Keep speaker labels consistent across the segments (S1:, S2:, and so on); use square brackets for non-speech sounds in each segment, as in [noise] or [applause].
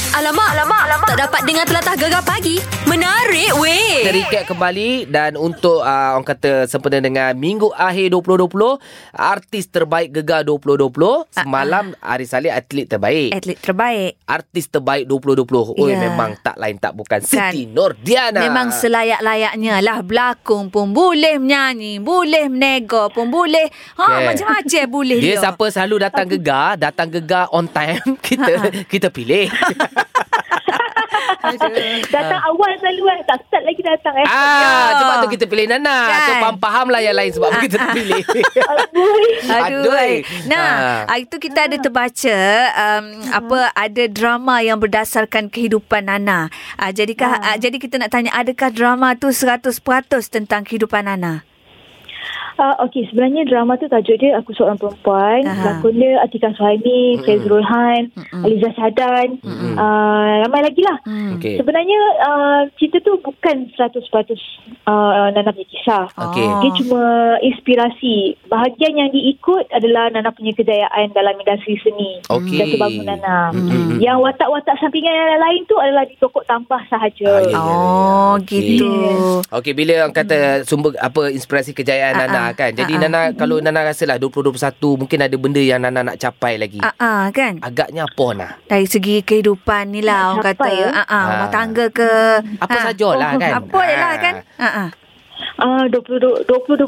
S1: Alamak, alamak, alamak. Tak dapat dengar telatah gegar pagi. Menarik, weh.
S2: Kita recap kembali dan untuk uh, orang kata sempena dengan minggu akhir 2020, artis terbaik gegar 2020,
S1: Ah,
S2: semalam Ari Saleh atlet terbaik.
S1: Atlet terbaik.
S2: Artis terbaik 2020. Oi
S1: Ya.
S2: memang tak lain tak bukan
S1: Kan.
S2: Siti Nordiana.
S1: Memang selayak-layaknya lah Berlakon pun boleh menyanyi Boleh menego pun boleh ha,
S2: Okay. [laughs]
S1: Macam-macam boleh
S2: dia siapa selalu datang gegar, datang gegar on time,
S1: Ha,
S2: [laughs] kita kita
S1: [laughs]
S2: pilih.
S3: Datang awal selalu eh. Tak start lagi datang eh.
S2: ah,
S3: [laughs]
S1: Ya.
S2: sebab tu kita pilih Nana. So
S1: Kan. Ah,
S2: faham-faham lah yang lain sebab apa kita
S1: [laughs]
S2: terpilih.
S1: Aduh. eh.
S2: Aduh. eh.
S1: Nah, ha. itu kita ada terbaca um, apa ada drama yang berdasarkan kehidupan Nana. Uh, jadikah uh, jadi kita nak tanya adakah drama tu 100% tentang kehidupan Nana?
S3: Uh, Okey, sebenarnya drama tu tajuk dia Aku Seorang Perempuan.
S1: Aha.
S3: Pelakon dia Atika Suhaimi, mm-hmm. Faizul Han, mm-hmm. Aliza Syahdan. Mm-hmm. Uh, ramai lagi lah.
S1: Hmm.
S2: Mm. Okey.
S3: Sebenarnya uh, cerita tu bukan 100% uh, Nana punya kisah.
S2: Okey.
S1: Oh.
S3: Dia cuma inspirasi. Bahagian yang diikut adalah Nana punya kejayaan dalam industri seni.
S2: Okey.
S3: Dan terbangun Nana.
S2: Mm-mm.
S3: Yang watak-watak sampingan yang lain tu adalah ditokok tambah
S2: Ah,
S3: sahaja.
S2: ya.
S1: Oh,
S2: Okey.
S1: gitu.
S2: Okey bila orang kata sumber apa inspirasi kejayaan
S1: Hmm. Ah,
S2: Nana
S1: ah,
S2: kan.
S1: ah,
S2: Jadi
S1: ah.
S2: Nana kalau Nana rasalah 2021 mungkin ada benda yang Nana nak capai lagi.
S1: Ah ah kan
S2: Agaknya apa Nana?
S1: dari segi kehidupan ni lah orang
S3: Nak
S1: kata
S3: capai, ya? Oh,
S1: ah ah rumah
S2: Ah.
S1: tangga ke
S2: Apa
S1: ah.
S2: sajalah kan.
S1: Apa je lah
S2: Ah.
S1: kan ah ah
S3: Ah, 20, 2021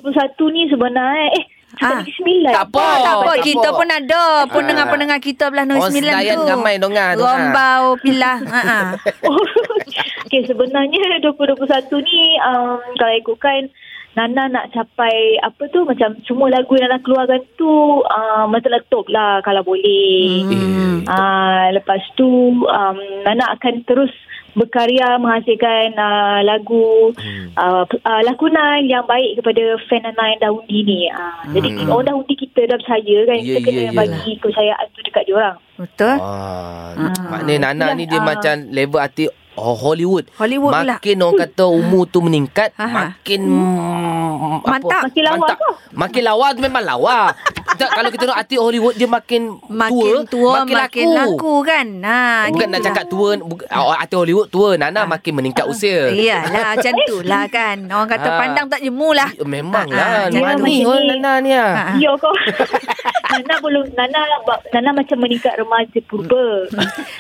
S3: ni sebenarnya eh
S1: Ah.
S3: cakap lagi sembilan.
S2: Tak apa.
S1: Oh, tak apa.
S2: tak
S1: Kita
S2: apa.
S1: pun ada pendengar-pendengar kita belah 09
S2: Orang Ah. Oh, Senayan
S1: tu.
S2: ramai dongan tu, ha.
S1: Rombau pilah. Ha
S2: [laughs]
S1: ah.
S3: [laughs] okay, sebenarnya 2021 ni um, kalau ikutkan Nana nak capai apa tu macam semua lagu yang Nana keluarkan tu uh, meletup lah kalau boleh.
S1: Hmm.
S2: Eh.
S3: Ah, lepas tu um, Nana akan terus berkarya menghasilkan uh, lagu
S2: Hmm.
S3: uh, p- uh, lakonan yang baik kepada fan Nana yang dah undi ni. Uh, Jadi
S2: Hmm.
S3: orang dah undi kita dah percaya kan
S2: Ya,
S3: yeah, kita
S2: ya, ya.
S3: kena yeah, bagi kepercayaan tu dekat diorang.
S1: Betul.
S2: Ah,
S1: Ah.
S2: maknanya Nana ni dia
S3: Ah.
S2: macam level arti oh, Hollywood.
S1: Hollywood lah. pula.
S2: makin orang kata umur tu meningkat,
S1: Ah.
S2: makin mm, apa?
S1: Mantap.
S3: Makin lawa
S2: mantap.
S3: tu.
S2: Makin lawa tu memang
S1: [laughs]
S2: lawa. tak, kalau kita tengok arti Hollywood dia makin,
S1: Makin tua, makin, makin laku. kan. Ha,
S2: Bukan nak cakap tua bukan- ah, Arti Hollywood tua
S1: Ah.
S2: Nana makin meningkat usia
S1: Iyalah macam
S3: [laughs]
S1: tu lah kan. Orang kata
S2: Ah.
S1: pandang tak jemu lah.
S2: Memang
S1: Ah, ah,
S2: lah
S1: jangan
S2: Mana ni
S3: macam
S2: orang
S3: ni.
S2: Nana ni ah.
S1: Ah.
S3: Ya kau. [laughs] Nana belum Nana ba- Nana macam meningkat remaja purba.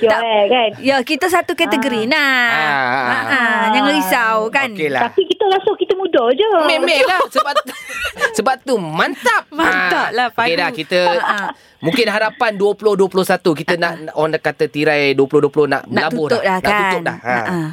S3: Ya
S1: Tak.
S3: eh, kan.
S1: Ya, kita satu kategori nah.
S2: Ah, ah,
S1: Ha
S2: ah.
S1: ah, jangan risau kan.
S2: Okey lah
S3: Tapi kita rasa kita muda je.
S2: Memek lah Sebab [laughs] Sebab tu Mantap
S1: Mantap
S2: Ah.
S1: lah,
S2: Okey
S1: Fadu.
S2: dah kita
S1: Ha, ha.
S2: Mungkin harapan 2021 Kita nak Orang dah kata tirai 2020 Nak,
S1: Nak
S2: melabur
S1: tutup dah,
S2: dah Nak
S1: kan.
S2: tutup dah ha.
S1: Ah, ah.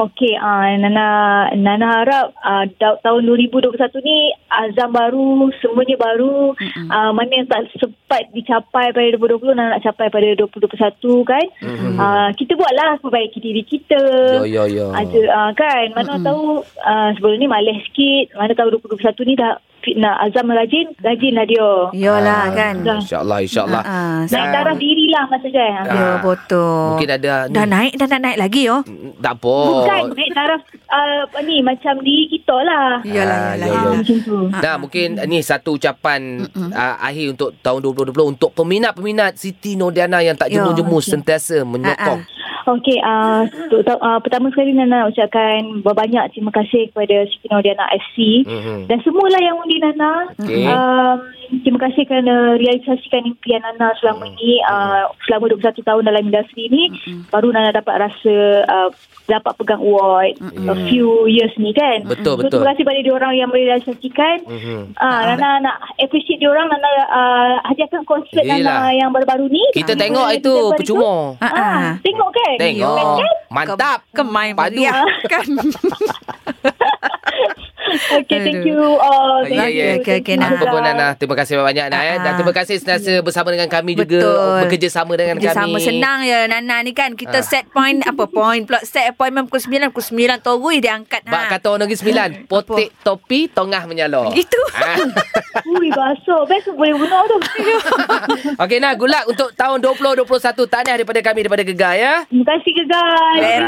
S3: Okey, uh, Nana Nana harap uh, tahun 2021 ni azam baru, semuanya baru. Uh, mana yang tak sempat dicapai pada 2020 Nana nak capai pada 2021 kan.
S2: Mm-mm.
S3: Uh, kita buatlah perbaiki diri kita.
S2: Mhm. Yo yo yo
S3: Ada uh, kan Mana mm tahu uh, Sebelum ni malas sikit Mana tahu 2021 ni dah fit- Nak azam rajin Rajin lah dia
S1: Yolah
S2: Ah, Ha.
S1: kan.
S2: InsyaAllah InsyaAllah
S1: Ah, ah.
S3: Naik
S2: Dan-
S3: darah diri lah Masa kan
S1: Ya,
S2: Ah.
S1: betul.
S2: Mungkin ada ni. Mm,
S1: Dah naik, dah nak naik lagi oh. yo.
S2: Tak apa
S3: Bukan naik darah uh, apa Ni macam diri kita lah
S1: Iyalah,
S2: Ah,
S1: iyalah,
S2: ya,
S3: Ah,
S2: ya.
S1: iyalah.
S3: Macam tu
S2: Nah, mungkin ni satu ucapan uh, akhir untuk tahun 2020 untuk peminat-peminat Siti Nordiana yang tak
S1: Ya, Ha,
S2: jemu-jemu sentiasa menyokong.
S3: Okey, uh, tu- tu- uh, pertama sekali Nana nak ucapkan banyak terima kasih kepada Siti Nordiana FC
S1: ha.
S2: Mhm.
S3: dan semualah yang undi Nana.
S2: Okey.
S1: Ah.
S3: Um, terima kasih kerana realisasikan impian Nana selama
S2: Hmm.
S3: ini uh, selama 21 tahun dalam industri ini baru Nana dapat rasa uh, dapat pegang award a few years ni kan.
S2: Hmm. Betul,
S3: so,
S2: betul.
S3: Terima kasih pada diorang yang merealisasikan.
S2: Mhm.
S3: Ah, Nana nak appreciate diorang Nana uh, hadiahkan konsert
S2: Yelah.
S3: Nana yang baru-baru ni.
S2: Kita
S3: Ah,
S2: tengok itu
S3: Desember
S2: percuma.
S1: Ah, ah.
S3: Ah, tengok kan?
S2: Tengok. Mantap.
S1: Kemai
S2: Padu. [laughs]
S1: meriah kan.
S3: Okay, thank
S1: Aduh.
S3: you all.
S2: Ya, ya.
S3: Thank you.
S1: Okey, okey,
S3: Thank you,
S2: Apa pun
S3: Zah.
S2: Nana, terima kasih banyak-banyak Nana eh.
S1: Ah.
S2: Dan terima kasih sentiasa bersama dengan kami juga
S1: Betul.
S2: bekerjasama dengan
S1: Dia
S2: kami.
S1: sama senang ya Nana ni kan Kita
S2: Ah.
S1: set point Apa point Plot set appointment Pukul 9 Pukul 9 Terus dia angkat ha.
S2: Bak kata orang Negeri Sembilan, potik topi, tongah menyala.
S1: [laughs] Gitu.
S2: Ah.
S3: Ui, basuh. Best boleh bunuh tu.
S1: [laughs]
S2: Okey nah, good luck untuk tahun 2021. Tahniah daripada kami daripada Gegar ya.
S3: Terima kasih ke
S1: [laughs]
S3: guys.
S1: Beres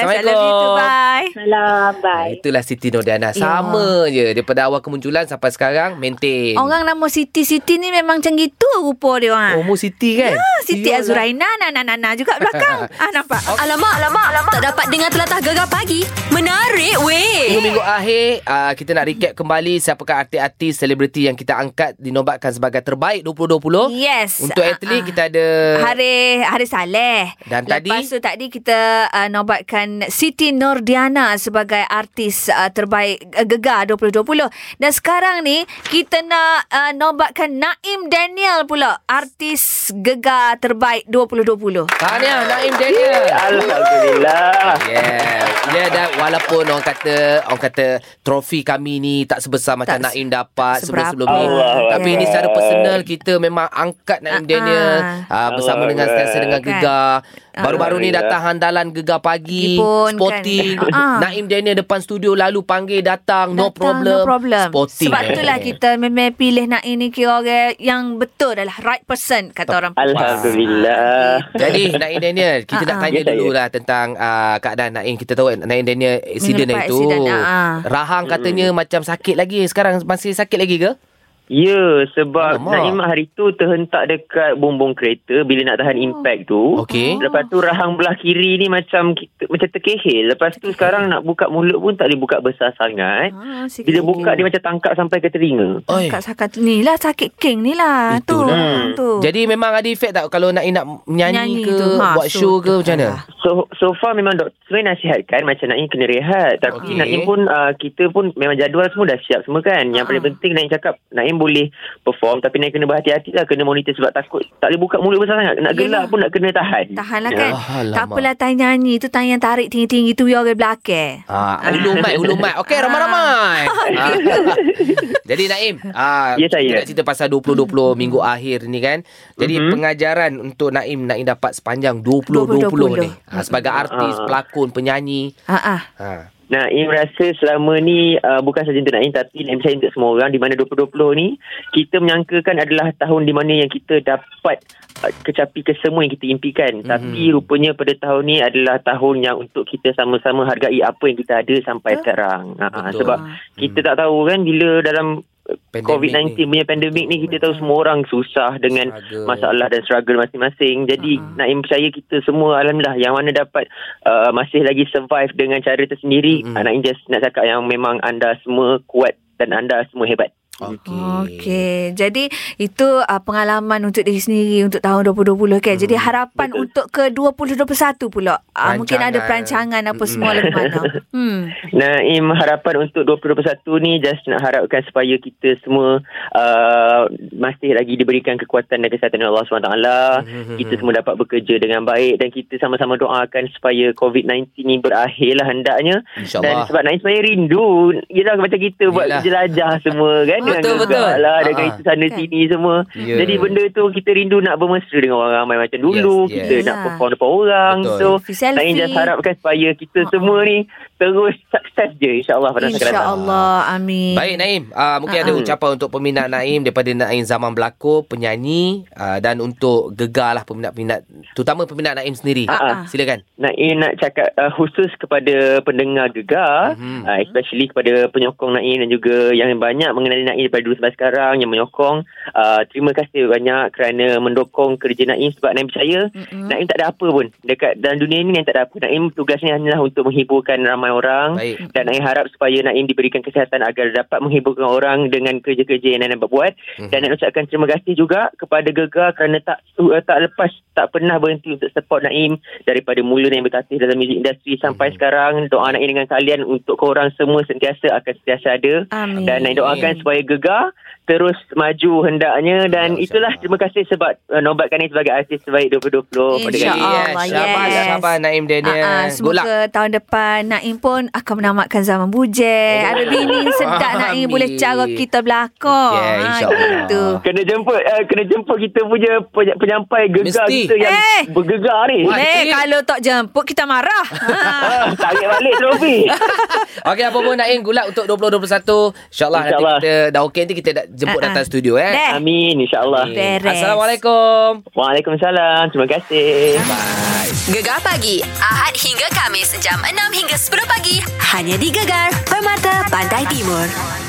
S2: Assalamualaikum.
S1: I love you too Bye
S3: Salam. Bye.
S1: Ya.
S2: Itulah Ah, Siti Nodiana. Sama Sama je daripada awal kemunculan sampai sekarang maintain.
S1: Orang nama Siti Siti ni memang macam gitu rupa dia ha. orang.
S2: Oh, Mu Siti kan?
S1: Ah, Siti
S2: Yolah.
S1: Azuraina Nana Nana juga
S4: [laughs]
S1: belakang. ah nampak.
S4: Alamak, alamak, alamak. Tak dapat dengar telatah gegar pagi. Menarik, weh.
S2: Minggu-minggu akhir uh, Kita nak recap kembali Siapakah artis-artis Selebriti yang kita angkat Dinobatkan sebagai terbaik 2020
S1: Yes.
S2: Untuk
S1: Ah,
S2: atlet
S1: ah.
S2: kita ada
S1: Hari Hari Saleh.
S2: Dan tadi-
S1: Lepas tu tadi kita uh, nobatkan Siti Nordiana sebagai artis uh, terbaik uh, Gegar 2020. Dan sekarang ni kita nak uh, nobatkan Naim Daniel pula artis Gegar terbaik 2020.
S2: Tahniah Naim Daniel
S5: Alhamdulillah.
S2: Yeah. Dia dah walaupun orang kata orang kata trofi kami ni tak sebesar macam
S1: Tak
S2: Naim dapat
S1: seberapa.
S2: sebelum-sebelum ni.
S5: Allah
S2: Tapi
S5: Allah.
S2: ini secara personal kita memang angkat
S1: Ah,
S2: Naim Daniel
S1: ah.
S2: uh, bersama
S5: Allah
S2: dengan stanser
S5: Allah.
S2: dengan
S1: Kan.
S2: Gegar. Baru-baru ni
S5: Alhamdulillah.
S2: datang handalan Gegar pagi,
S1: Lagipun,
S2: sporting.
S1: kan. Ah, ah.
S2: Naim Daniel depan studio lalu panggil datang,
S1: Datang,
S2: no problem. eh.
S1: No problem.
S2: Sporting.
S1: Sebab itulah kita memang pilih Naim ni kira orang yang betul adalah right person kata orang.
S5: Alhamdulillah.
S2: Jadi Naim Daniel Kita nak
S1: Ah, ah.
S2: tanya
S5: Ya, saya.
S2: dululah Tentang uh, keadaan Naim Kita tahu kan, Naim Daniel Accident
S1: Minggu lepas
S2: itu
S1: accident, ah, ah.
S2: Rahang katanya
S5: Hmm.
S2: Macam sakit lagi Sekarang masih sakit lagi ke?
S5: Ya, sebab
S2: Alamak.
S5: Naimah hari tu terhentak dekat bumbung kereta bila nak tahan impact tu.
S1: Oh.
S2: Okey.
S5: Lepas tu rahang belah kiri ni macam macam terkehil. Lepas tu sekarang nak buka mulut pun tak boleh buka besar sangat.
S1: Ah, sikit.
S5: Bila buka dia macam tangkap sampai ke telinga.
S2: Oi. Hmm.
S1: Kat sakat ni lah sakit king ni lah tu,
S5: Itulah.
S1: tu.
S2: Jadi memang ada efek tak Kalau Naim nak
S1: Nyanyi
S2: menyanyi ke
S1: tu, ha,
S2: Buat
S1: so
S2: show ke
S1: tu
S2: macam mana?
S1: lah.
S5: So so far memang doktor sebenarnya nasihatkan macam Naim kena rehat tapi
S2: Okey.
S5: okay. Naim pun uh, kita pun memang jadual semua dah siap semua kan. Yang
S1: Ha.
S5: paling penting Naim cakap Naim boleh perform tapi Naim kena berhati-hati lah kena monitor sebab takut tak boleh buka mulut besar sangat. Nak
S1: Yelah.
S5: gelak pun nak kena tahan.
S1: Tahan lah
S5: Ya.
S1: kan.
S2: Ah,
S1: tak
S2: alamak.
S1: apalah tanya nyanyi tu tanya yang tarik tinggi-tinggi tu ya orang belakang.
S2: Ah, ulu
S1: [laughs]
S2: mai, ulu mai. Okey,
S1: Ah. [laughs]
S2: ramai-ramai. Ah. [laughs] Jadi Naim, ah,
S5: Ya, saya.
S2: kita nak cerita pasal
S1: Hmm.
S2: 2020 minggu akhir ni kan. Jadi
S5: Mhm.
S2: pengajaran untuk Naim, Naim dapat sepanjang 2020,
S1: 2020.
S2: ni. Ah, sebagai artis,
S5: Ah.
S2: pelakon, penyanyi.
S1: Ha ah.
S2: Ha.
S5: Naim rasa selama ni uh, bukan saja untuk Naim tapi Naim saya untuk semua orang di mana 2020 ni kita menyangkakan adalah tahun di mana yang kita dapat uh, kecapi ke semua yang kita impikan
S2: Mhm.
S5: mm-hmm. tapi rupanya pada tahun ni adalah tahun yang untuk kita sama-sama hargai apa yang kita ada sampai
S1: Betul.
S5: sekarang uh,
S2: Betul. Mhm.
S5: sebab kita tak tahu kan bila dalam
S2: Pandemik
S5: COVID-19 punya pandemik ni kita tahu semua orang susah dengan
S2: Struggle.
S5: masalah dan struggle masing-masing. Jadi
S1: Ha-ha.
S5: uh-huh. Naim percaya kita semua alhamdulillah yang mana dapat uh, masih lagi survive dengan cara tersendiri.
S2: Mm-mm.
S5: Uh-huh. Naim just nak cakap yang memang anda semua kuat dan anda semua hebat.
S2: Okey.
S1: Okey. Jadi itu uh, pengalaman untuk diri sendiri untuk tahun 2020 kan.
S2: Hmm.
S1: Jadi harapan
S5: Betul.
S1: untuk ke 2021 pula. Ah, mungkin ada
S2: Perancangan.
S1: perancangan apa semua lah
S2: Mm-mm.
S1: ke
S5: [laughs]
S1: mana. Hmm.
S5: Naim harapan untuk 2021 ni just nak harapkan supaya kita semua uh, masih lagi diberikan kekuatan dan kesihatan oleh Allah SWT.
S2: Mhm.
S5: Ha, Kita semua dapat bekerja dengan baik dan kita sama-sama doakan supaya COVID-19 ni berakhirlah hendaknya. Dan
S2: InsyaAllah.
S5: sebab Naim sebenarnya rindu Yelah macam kita buat
S2: Yelah.
S5: jelajah semua kan Dengan
S2: Betul,
S5: gerak
S2: betul. Ah,
S5: lah Dengan
S2: Ha-ha.
S5: itu sana
S1: Kan.
S5: sini semua
S2: Ya.
S5: Jadi benda tu kita rindu nak bermesra dengan orang ramai macam dulu
S2: Yes, yes.
S5: Kita nak
S1: Yelah.
S5: perform depan orang
S2: Betul.
S5: So
S1: Ah. Selfie. Ah.
S5: Naim just harapkan supaya kita
S1: Ha-ha.
S5: semua ni Terus sukses je insyaAllah pada segala tahun
S1: InsyaAllah. Amin.
S2: Baik Naim, uh,
S5: Ha,
S2: mungkin ada
S1: Ah.
S2: ucapan untuk peminat Naim daripada Naim zaman berlakon, penyanyi uh, dan untuk gegar lah peminat-peminat terutama peminat Naim sendiri.
S5: Ha,
S1: Ah, ah.
S2: Silakan.
S5: Naim nak cakap uh, khusus kepada pendengar gegar
S2: Mhm.
S5: mm-hmm. uh, especially kepada penyokong Naim dan juga yang banyak mengenali Naim daripada dulu sampai sekarang yang menyokong uh, terima kasih banyak kerana mendukung kerja Naim sebab Naim percaya
S1: Mm-mm.
S5: Naim tak ada apa pun dekat dalam dunia ni Naim tak ada apa Naim tugasnya hanyalah untuk menghiburkan ramai orang
S2: Baik.
S5: dan Naim harap supaya Naim diberikan kesihatan agar dapat menghiburkan orang dengan kerja-kerja yang Naim dapat buat
S2: Mhm.
S5: dan nak ucapkan terima kasih juga kepada Gegar kerana tak uh, tak lepas tak pernah berhenti untuk support Naim daripada mula Naim bertatih dalam music industry sampai
S2: Mhm.
S5: sekarang doa Naim dengan kalian untuk korang semua sentiasa akan sentiasa ada
S1: Amin.
S5: dan Naim doakan supaya Gegar terus maju hendaknya dan
S2: Ya,
S5: itulah
S2: insyaAllah.
S5: terima kasih sebab uh, nobatkan Naim sebagai artis terbaik 2020 pada
S1: Insya
S5: kali ini.
S1: Allah,
S2: Syabas,
S1: yes.
S2: syabas Naim Daniel.
S1: Ah, ah,
S2: Good luck.
S1: semoga tahun depan Naim pun akan menamatkan zaman bujang.
S2: Oh.
S1: Ada bini sedap Naim
S2: Amin.
S1: boleh cara kita berlakon.
S2: Yeah,
S1: Ah,
S2: insyaAllah.
S1: Gitu.
S5: Kena jemput uh, kena jemput kita punya peny- penyampai gegar
S2: Mesti.
S5: kita yang
S1: Eh.
S5: bergegar ni.
S2: Wah,
S1: Eh,
S2: actually-
S1: kalau tak jemput kita
S2: [laughs]
S1: marah. Ha.
S5: Ah, Tarik balik
S1: [laughs]
S5: trofi.
S2: Okey apa pun Naim Good luck untuk 2021 InsyaAllah nanti
S5: InsyaAllah.
S2: kita Dah okey nanti kita dah jemput
S1: Ah, ah.
S2: datang studio eh
S1: Dah.
S5: Amin insyaAllah.
S1: Beres.
S2: Assalamualaikum
S5: Waalaikumsalam. Terima kasih.
S4: Gegar pagi. Ahad hingga Kamis. Jam 6 hingga 10
S1: pagi hanya di Gegar Permata Pantai Timur.